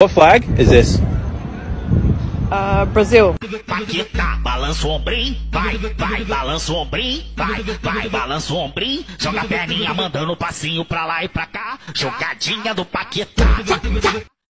What flag is this? Uh, Brazil. Paquetá, balança o ombrim, vai, vai, balança o ombrim, vai, vai, balança o ombrim, joga a perninha mandando o passinho pra lá e pra cá, jogadinha do Paquetá. vai, vai.